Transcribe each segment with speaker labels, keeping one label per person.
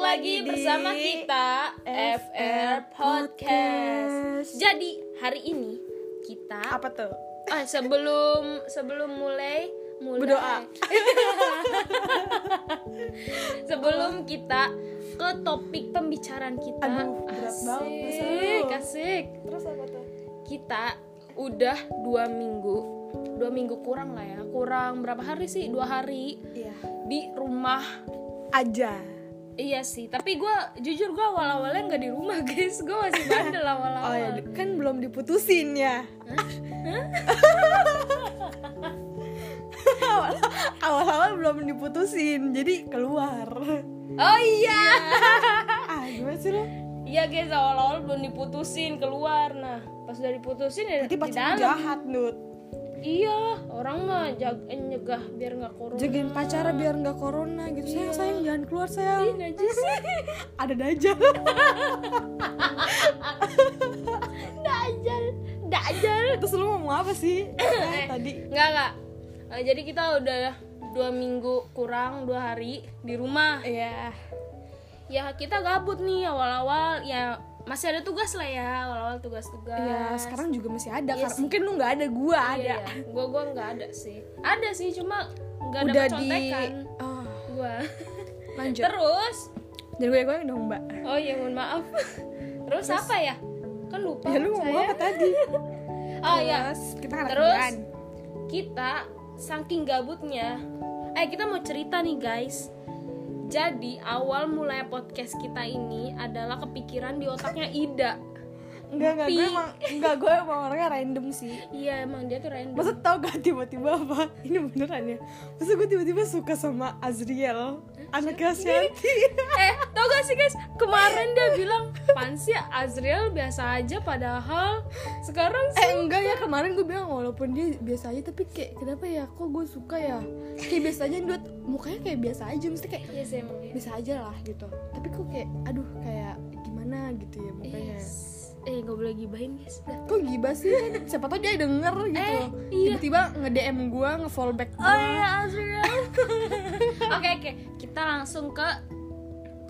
Speaker 1: lagi bersama kita FR Podcast.
Speaker 2: Podcast.
Speaker 1: Jadi hari ini kita
Speaker 2: Apa tuh?
Speaker 1: eh sebelum sebelum mulai mulai
Speaker 2: Berdoa.
Speaker 1: sebelum kita ke topik pembicaraan kita.
Speaker 2: Aduh, berat banget
Speaker 1: Asik,
Speaker 2: masa lu.
Speaker 1: asik.
Speaker 2: Terus apa tuh?
Speaker 1: Kita udah dua minggu dua minggu kurang lah ya kurang berapa hari sih dua hari
Speaker 2: Iya.
Speaker 1: di rumah
Speaker 2: Aja.
Speaker 1: Iya sih, tapi gue jujur gue awal-awalnya nggak di rumah guys, gue masih bandel awal-awal.
Speaker 2: Oh ya, kan belum diputusin ya. Awal- Awal-awal belum diputusin, jadi keluar.
Speaker 1: Oh iya,
Speaker 2: Ah, gimana sih lu?
Speaker 1: iya guys awal-awal belum diputusin keluar, nah pas udah diputusin ya di
Speaker 2: Nanti pacar lu
Speaker 1: dalam.
Speaker 2: jahat, Nut.
Speaker 1: Iya, orang mah jag eh, nyegah biar nggak corona.
Speaker 2: Jagain pacara biar nggak corona gitu. Sayang, sayang jangan keluar,
Speaker 1: Ih,
Speaker 2: sayang.
Speaker 1: najis.
Speaker 2: Ada dajal.
Speaker 1: Dajal, dajal.
Speaker 2: Terus lu ngomong apa sih? Eh, tadi.
Speaker 1: Nggak nggak. Eh, jadi kita udah dua minggu kurang dua hari di rumah.
Speaker 2: Iya.
Speaker 1: Ya kita gabut nih awal-awal ya masih ada tugas lah ya awal-awal tugas-tugas.
Speaker 2: Iya, sekarang juga masih ada.
Speaker 1: Eh. Iya
Speaker 2: karena
Speaker 1: sih.
Speaker 2: mungkin lu nggak ada, gua ada.
Speaker 1: Iya, iya. Gua gua nggak ada sih. Ada sih cuma nggak ada
Speaker 2: Udah di
Speaker 1: contekan
Speaker 2: Ah,
Speaker 1: gua.
Speaker 2: lanjut.
Speaker 1: Terus,
Speaker 2: Jadi gue gue dong, Mbak.
Speaker 1: oh ya mohon maaf. Terus, apa ya? Kan lupa.
Speaker 2: Ya lu ngomong
Speaker 1: saya.
Speaker 2: apa tadi?
Speaker 1: Oh ya.
Speaker 2: Terus kita kan
Speaker 1: Terus kita saking gabutnya. Eh, kita mau cerita nih, guys. Jadi awal mulai podcast kita ini adalah kepikiran di otaknya Ida.
Speaker 2: Enggak, enggak, gue
Speaker 1: Pi.
Speaker 2: emang enggak gue emang orangnya random sih.
Speaker 1: Iya, emang dia tuh random.
Speaker 2: Maksud tau gak tiba-tiba apa? Ini beneran ya. Maksud gue tiba-tiba suka sama Azriel, anaknya Shanti.
Speaker 1: eh tau gak sih guys kemarin dia bilang pansi Azriel biasa aja padahal sekarang
Speaker 2: eh enggak ya kemarin gue bilang walaupun dia biasa aja tapi kayak kenapa ya kok gue suka ya kayak biasa aja Dut. mukanya kayak biasa aja mesti kayak
Speaker 1: iya sih emang ya.
Speaker 2: biasa aja lah gitu tapi kok kayak aduh kayak gimana gitu ya mukanya
Speaker 1: Yes. eh gak boleh gibahin guys udah
Speaker 2: kok gibah sih kan siapa tau dia denger gitu
Speaker 1: Eh, iya. Oh,
Speaker 2: tiba-tiba nge DM gue nge fallback gue
Speaker 1: Azriel oke oke kita langsung ke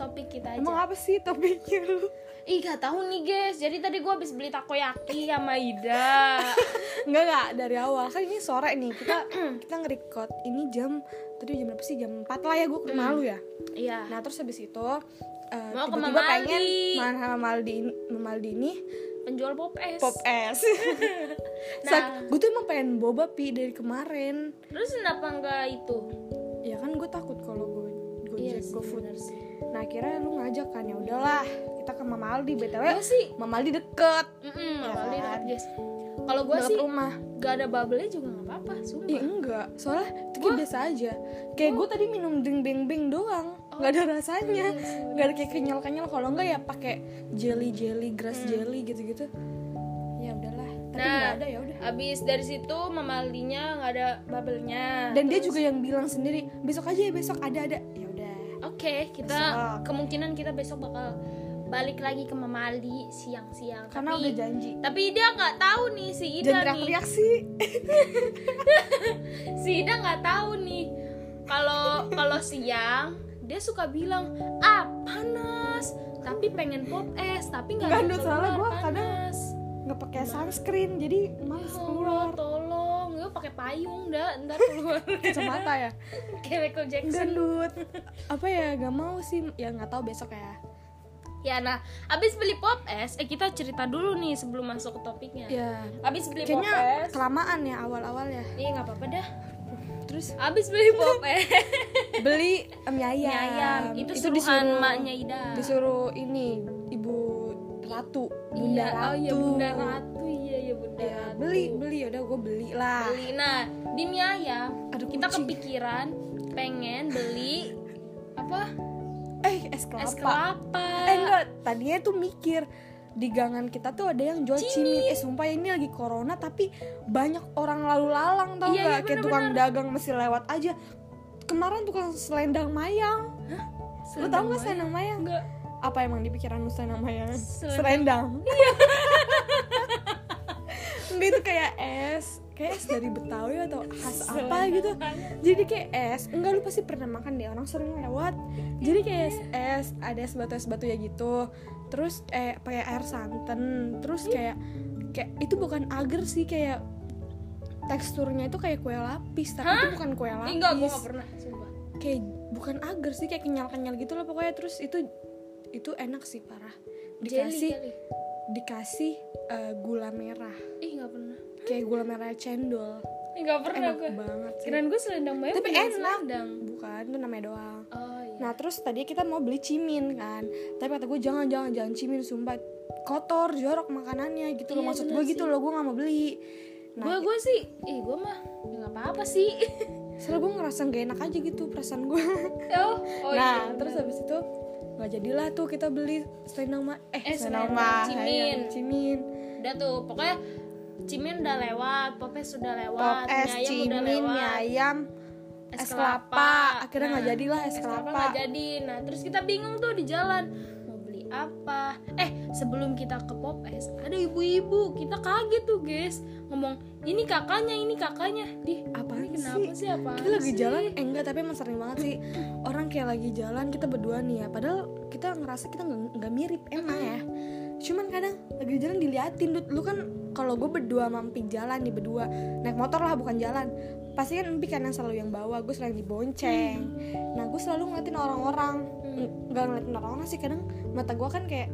Speaker 1: topik kita aja
Speaker 2: emang apa sih topiknya lu
Speaker 1: ih gak tahu nih guys jadi tadi gue habis beli takoyaki sama Ida
Speaker 2: enggak enggak dari awal kan ini sore nih kita kita nge-record ini jam tadi jam berapa sih jam 4 lah ya gue ke rumah lu ya
Speaker 1: iya
Speaker 2: nah terus habis itu eh,
Speaker 1: Hmm. Mau ke
Speaker 2: tiba-tiba
Speaker 1: Mama
Speaker 2: pengen
Speaker 1: Aldi.
Speaker 2: main sama Maldi Maldi ini
Speaker 1: penjual pop es
Speaker 2: pop es
Speaker 1: Nah.
Speaker 2: nah. gue tuh emang pengen boba pi dari kemarin
Speaker 1: terus kenapa enggak itu Iya
Speaker 2: ya kan gue takut kalau gue gue
Speaker 1: sih,
Speaker 2: food
Speaker 1: bener sih
Speaker 2: nah akhirnya lu ngajak kan ya udahlah kita ke Mama Aldi btw
Speaker 1: gue sih
Speaker 2: Mama Aldi deket
Speaker 1: mm
Speaker 2: Ya kan?
Speaker 1: guys kalau gue
Speaker 2: deket
Speaker 1: sih
Speaker 2: rumah
Speaker 1: gak ada bubble juga gak apa-apa sumpah
Speaker 2: Ih enggak, soalnya itu kayak biasa aja Kayak gue tadi minum ding beng beng doang
Speaker 1: Oh,
Speaker 2: Gak ada
Speaker 1: iya,
Speaker 2: rasanya Gak ada kayak kenyal-kenyal Kalau enggak ya pakai jelly-jelly, grass jelly gitu-gitu Ya udahlah, tapi
Speaker 1: Hmm. Nah.
Speaker 2: nggak ada ya udah
Speaker 1: abis dari situ mamalinya nggak ada bubble-nya
Speaker 2: Dan dia juga yang bilang sendiri Besok aja ya besok ada-ada Ya udah
Speaker 1: oke kita
Speaker 2: Besok.
Speaker 1: kemungkinan kita besok bakal balik lagi ke mamali siang-siang
Speaker 2: Karena
Speaker 1: tapi
Speaker 2: udah janji
Speaker 1: tapi dia nggak tahu nih si Ida
Speaker 2: Jangan
Speaker 1: nih
Speaker 2: teriak-teriak sih
Speaker 1: si Ida nggak tahu nih kalau kalau siang dia suka bilang ah panas tapi pengen pop es tapi nggak
Speaker 2: Nggak,
Speaker 1: ada
Speaker 2: Dut, soalnya
Speaker 1: keluar,
Speaker 2: gua kadang
Speaker 1: panas.
Speaker 2: Gak pakai sunscreen, jadi males
Speaker 1: Ya Allah,
Speaker 2: keluar
Speaker 1: tolong gue pakai payung dah ntar keluar
Speaker 2: Kacamata ya
Speaker 1: kayak Michael Jackson
Speaker 2: Gendut Apa ya, gak mau sih Ya gak tahu besok ya
Speaker 1: Ya nah, abis beli pop es, eh kita cerita dulu nih sebelum masuk ke topiknya.
Speaker 2: Ya
Speaker 1: Abis beli pop
Speaker 2: Kayaknya
Speaker 1: es,
Speaker 2: kelamaan ya awal-awal ya
Speaker 1: iya nggak apa-apa dah.
Speaker 2: Terus
Speaker 1: Abis beli pop es,
Speaker 2: beli eh, mie ayam,
Speaker 1: mie ayam itu, suruhan maknya Ida.
Speaker 2: Iya, disuruh ini ibu ratu bunda
Speaker 1: iya,
Speaker 2: ratu
Speaker 1: Oh iya bunda ratu, iya iya bunda
Speaker 2: Ya,
Speaker 1: ratu.
Speaker 2: beli beli udah gue beli lah
Speaker 1: Beli. Nah di mie ayam
Speaker 2: Ada
Speaker 1: kita
Speaker 2: kucing.
Speaker 1: kepikiran pengen beli apa
Speaker 2: eh es kelapa,
Speaker 1: es kelapa.
Speaker 2: eh enggak tadinya tuh mikir di gangan kita tuh ada yang jual cimit. Eh sumpah ini lagi corona tapi banyak orang lalu lalang tau
Speaker 1: Iya, iya,
Speaker 2: nggak? Kayak tukang dagang masih lewat aja. Kemarin tukang selendang mayang. Lu tau
Speaker 1: Selendang
Speaker 2: gak selendang mayang?
Speaker 1: Enggak.
Speaker 2: apa
Speaker 1: Iya.
Speaker 2: emang di pikiran lu selendang mayang?
Speaker 1: Selendang.
Speaker 2: Selendang. Iya. dia itu kayak es kayak es dari Betawi atau khas apa gitu jadi kayak es enggak lu pasti pernah makan deh orang sering lewat jadi kayak es, es ada es batu es batu ya gitu terus eh pakai air santan terus kayak kayak itu bukan agar sih kayak teksturnya itu kayak kue lapis tapi itu
Speaker 1: Hah?
Speaker 2: bukan kue lapis
Speaker 1: enggak gue gak pernah sumpah
Speaker 2: kayak bukan agar sih kayak kenyal kenyal gitu loh pokoknya terus itu itu enak sih parah dikasih
Speaker 1: Jelly
Speaker 2: dikasih eh, gula merah
Speaker 1: kali. ih gak pernah
Speaker 2: kayak gula merah cendol
Speaker 1: ih gak pernah
Speaker 2: enak
Speaker 1: gue
Speaker 2: banget sih
Speaker 1: kirain gue selendang bayam
Speaker 2: tapi
Speaker 1: bukan
Speaker 2: enak
Speaker 1: selendang
Speaker 2: bukan itu namanya doang
Speaker 1: oh iya
Speaker 2: nah terus tadi kita mau beli cimin kan tapi kata gue jangan jangan jangan cimin sumpah kotor jorok makanannya gitu loh
Speaker 1: Iya,
Speaker 2: maksud
Speaker 1: bener
Speaker 2: gue gitu loh gue nggak mau beli
Speaker 1: gue
Speaker 2: nah
Speaker 1: gue sih ih gue mah ya nggak apa apa sih
Speaker 2: soalnya gue ngerasa gak enak aja gitu perasaan gue
Speaker 1: oh, oh
Speaker 2: nah
Speaker 1: iya,
Speaker 2: terus
Speaker 1: benar.
Speaker 2: habis itu nggak jadilah tuh kita beli selendang ma eh,
Speaker 1: Eh,
Speaker 2: selendang
Speaker 1: selendang
Speaker 2: ma
Speaker 1: cimin.
Speaker 2: ayam cimin
Speaker 1: udah tuh pokoknya Cimin udah lewat, Popes udah
Speaker 2: pop
Speaker 1: lewat,
Speaker 2: es
Speaker 1: mie ayam udah
Speaker 2: cimin
Speaker 1: lewat, Nah,
Speaker 2: mie ayam es kelapa akhirnya nggak jadilah es kelapa
Speaker 1: nggak jadi. Nah, terus kita bingung tuh di jalan mau beli apa. Eh, sebelum kita ke Pop es, ada ibu-ibu. Kita kaget tuh, guys. Ngomong, "Ini kakaknya, ini kakaknya." Di,
Speaker 2: Apaan
Speaker 1: ini kenapa sih, apa?
Speaker 2: kita lagi jalan eh enggak tapi emang sering banget sih orang kayak lagi jalan kita berdua nih ya padahal kita ngerasa kita nggak nggak mirip emang ya cuman kadang lagi jalan diliatin Dut. lu kan kalau gue berdua mampi jalan nih berdua naik motor lah bukan jalan pasti kan empi kan yang selalu yang bawa gue selalu yang dibonceng nah gue selalu ngeliatin orang-orang Ng- nggak ngeliatin orang-orang sih kadang mata gue kan kayak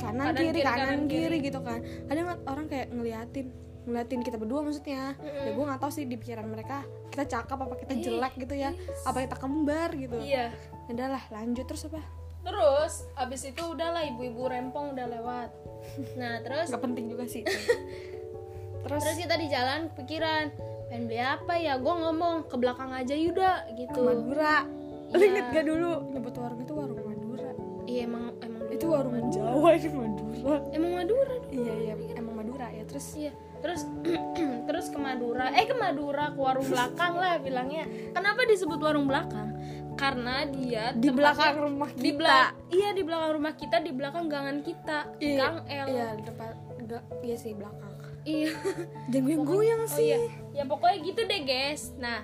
Speaker 2: kanan,
Speaker 1: Kanan,
Speaker 2: kiri,
Speaker 1: kiri,
Speaker 2: kanan,
Speaker 1: kanan,
Speaker 2: kiri,
Speaker 1: kiri.
Speaker 2: gitu kan kadang ngeliat orang kayak ngeliatin ngeliatin kita berdua maksudnya ya gue nggak tahu sih di pikiran mereka kita cakep apa kita jelek gitu ya apa kita kembar gitu
Speaker 1: Iya.
Speaker 2: udahlah lanjut terus apa
Speaker 1: Terus abis itu udahlah ibu-ibu rempong udah lewat. Nah, terus
Speaker 2: nggak penting juga sih itu. terus
Speaker 1: terus kita di jalan pikiran pengen beli apa ya gue ngomong ke belakang aja yuda
Speaker 2: ke
Speaker 1: gitu
Speaker 2: Madura lu
Speaker 1: Iya.
Speaker 2: inget gak dulu nyebut warung itu warung Madura
Speaker 1: iya emang emang dulu.
Speaker 2: itu warung Jawa ini Madura
Speaker 1: emang Madura dulu.
Speaker 2: iya iya emang Madura ya terus
Speaker 1: iya terus terus ke Madura eh ke Madura ke warung belakang lah bilangnya kenapa disebut warung belakang karena dia
Speaker 2: di
Speaker 1: tempatnya-
Speaker 2: belakang rumah kita
Speaker 1: di belakang iya di belakang rumah kita di belakang gangan kita
Speaker 2: Iya,
Speaker 1: gang L
Speaker 2: iya di tempat enggak iya sih belakang
Speaker 1: iya
Speaker 2: jangan goyang goyang
Speaker 1: Oh
Speaker 2: sih
Speaker 1: iya. ya pokoknya gitu deh guys nah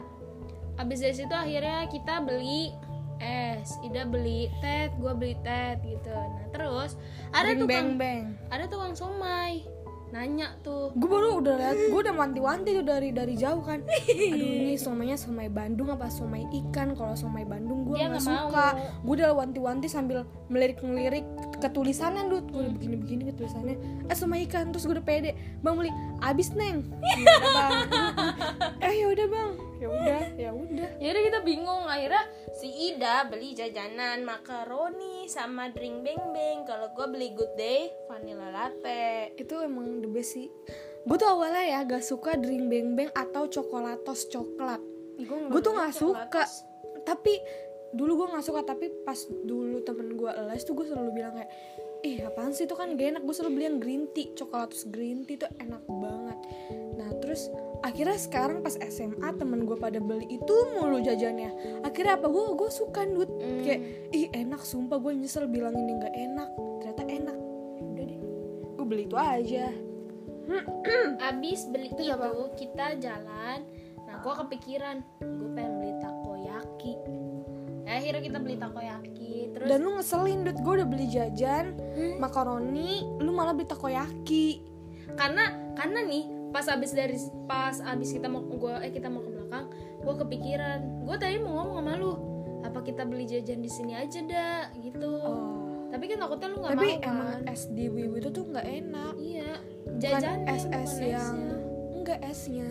Speaker 1: abis dari situ akhirnya kita beli es Ida beli tet gue beli tet gitu nah terus ada
Speaker 2: beng beng
Speaker 1: tukang
Speaker 2: beng
Speaker 1: ada tukang somai nanya tuh
Speaker 2: gue baru udah lihat gue udah wanti-wanti tuh dari dari jauh kan aduh ini somainya somai Bandung apa somai ikan kalau somai Bandung gue
Speaker 1: Dia
Speaker 2: nggak
Speaker 1: nggak mau.
Speaker 2: suka gue udah wanti-wanti sambil melirik-melirik ke tulisannya dud gue udah begini-begini ke tulisannya eh somai ikan terus gue udah pede bang beli abis neng "Yaudah, bang eh yaudah bang ya udah ya udah
Speaker 1: Yaudah kita bingung akhirnya si Ida beli jajanan makaroni sama drink beng beng kalau gue beli good day vanilla latte
Speaker 2: itu emang the best sih gue tuh awalnya ya gak suka drink beng beng atau coklatos coklat gue tuh nggak suka tapi dulu gue nggak suka tapi pas dulu temen gue les tuh gue selalu bilang kayak ih apaan sih itu kan gak enak gue selalu beli yang green tea coklatus green tea tuh enak banget nah terus akhirnya sekarang pas SMA temen gue pada beli itu mulu jajannya akhirnya apa gue gue suka nut kayak ih enak sumpah gue nyesel bilang ini nggak enak ternyata enak udah deh gue beli itu aja Hmm.
Speaker 1: abis beli itu, kita jalan nah gue kepikiran gue pengen beli takoyaki Nah, akhirnya kita beli takoyaki terus Hmm,
Speaker 2: dan lu ngeselin dut gue udah beli jajan makaroni lu malah beli takoyaki
Speaker 1: karena karena nih pas abis dari pas abis kita mau gua eh kita mau ke belakang gue kepikiran gue tadi mau ngomong sama lu apa kita beli jajan di sini aja dah gitu
Speaker 2: oh.
Speaker 1: tapi kan takutnya lu nggak
Speaker 2: tapi
Speaker 1: mau kan
Speaker 2: emang es di Wiwi itu tuh nggak enak
Speaker 1: iya
Speaker 2: bukan
Speaker 1: jajan
Speaker 2: es es yang enggak esnya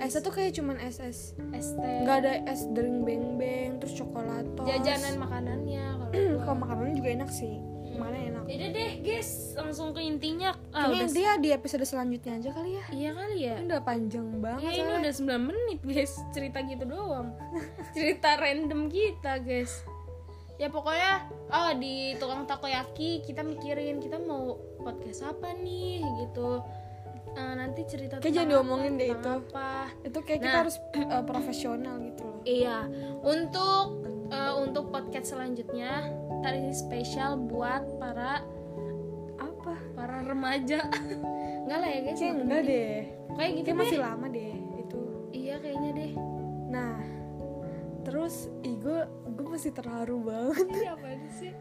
Speaker 2: esnya tuh kayak cuman es es
Speaker 1: es teh
Speaker 2: nggak ada es drink beng beng terus coklatos
Speaker 1: jajanan makanannya kalau
Speaker 2: kalau makanan juga enak sih makanan enak
Speaker 1: Yaudah deh guys langsung ke intinya ah, Ya,
Speaker 2: Kayaknya
Speaker 1: udah
Speaker 2: dia di episode selanjutnya aja kali ya
Speaker 1: Iya kali ya.
Speaker 2: ini udah panjang banget
Speaker 1: Ya, ini
Speaker 2: soalnya.
Speaker 1: udah 9 menit guys cerita gitu doang. cerita random kita guys. Ya pokoknya oh di tukang takoyaki kita mikirin kita mau podcast apa nih gitu. Eh, nanti cerita
Speaker 2: Kayak jangan
Speaker 1: tentang
Speaker 2: diomongin deh
Speaker 1: tentang
Speaker 2: itu.
Speaker 1: apa.
Speaker 2: itu kayak kita
Speaker 1: Nah.
Speaker 2: harus eh, profesional gitu loh
Speaker 1: Iya, untuk eh, untuk podcast selanjutnya tadi ini spesial buat para
Speaker 2: apa
Speaker 1: para remaja Enggak lah ya guys.
Speaker 2: Kayak
Speaker 1: nggak
Speaker 2: enggak
Speaker 1: penting.
Speaker 2: deh.
Speaker 1: Kayak gitu
Speaker 2: Kayak
Speaker 1: deh.
Speaker 2: masih lama deh itu.
Speaker 1: Iya kayaknya deh.
Speaker 2: Nah, terus ih gue gue masih terharu banget.
Speaker 1: Ini apa sih?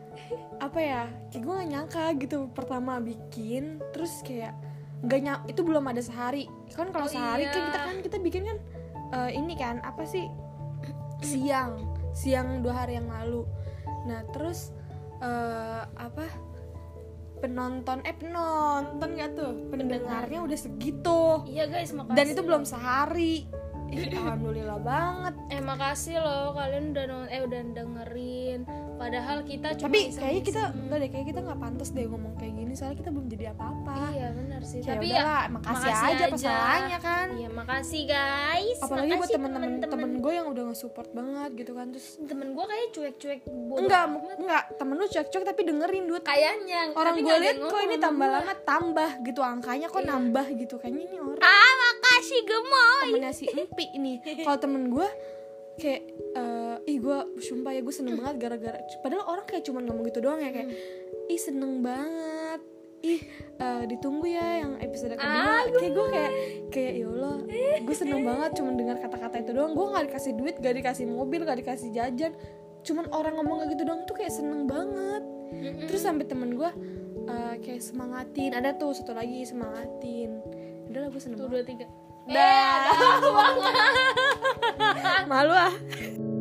Speaker 2: Apa ya? Kayak gue gak nyangka gitu pertama bikin, terus kayak nggak nyam itu belum ada sehari. Kan
Speaker 1: Oh,
Speaker 2: kalau sehari kan
Speaker 1: iya.
Speaker 2: kita kan kita bikin kan eh, ini kan apa sih? Siang, siang dua hari yang lalu. Nah, terus eh, apa? Penonton eh penonton gak tuh? Pendengarnya udah segitu.
Speaker 1: Iya guys, makasih.
Speaker 2: Dan itu belum sehari. Ih, alhamdulillah banget.
Speaker 1: Eh makasih loh kalian udah non eh udah dengerin. Padahal kita cuma
Speaker 2: tapi
Speaker 1: iseng-iseng.
Speaker 2: kayaknya kita enggak deh kayaknya kita nggak pantas deh ngomong kayak gini soalnya kita belum jadi apa-apa
Speaker 1: Iya benar sih.
Speaker 2: Ya
Speaker 1: Tapi
Speaker 2: udahlah,
Speaker 1: ya
Speaker 2: makasih aja pasalnya kan.
Speaker 1: Iya, makasih guys.
Speaker 2: apalagi buat
Speaker 1: Makasih
Speaker 2: temen-temen temen
Speaker 1: temen-temen.
Speaker 2: gue yang udah nge-support banget gitu kan terus
Speaker 1: Temen gue kayak cuek-cuek bodoh
Speaker 2: enggak
Speaker 1: amat.
Speaker 2: mu- enggak temen lu cuek-cuek tapi dengerin duit
Speaker 1: kayaknya
Speaker 2: orang
Speaker 1: tapi
Speaker 2: gue
Speaker 1: nggak ada
Speaker 2: liat
Speaker 1: yang
Speaker 2: kok
Speaker 1: ngomong
Speaker 2: ini
Speaker 1: sama gua.
Speaker 2: tambah
Speaker 1: Iya.
Speaker 2: lama tambah gitu angkanya kok nambah gitu kayaknya ini orang
Speaker 1: ah makasih gemoy
Speaker 2: temennya si empi ini kalau temen gue kayak eh, ih gue sumpah ya gue seneng banget gara-gara padahal orang kayak cuman ngomong gitu doang ya kayak ih seneng banget ih eh, ditunggu ya yang episode kedua kayak gue kayak kayak ya allah gue seneng banget cuman dengar kata-kata itu doang gue nggak dikasih duit gak dikasih mobil gak dikasih jajan cuman orang ngomong kayak gitu doang tuh kayak seneng banget terus sampai temen gue eh, kayak semangatin ada tuh satu lagi semangatin udah lah gue seneng
Speaker 1: satu
Speaker 2: banget
Speaker 1: dua tiga
Speaker 2: Dah. Malu ah.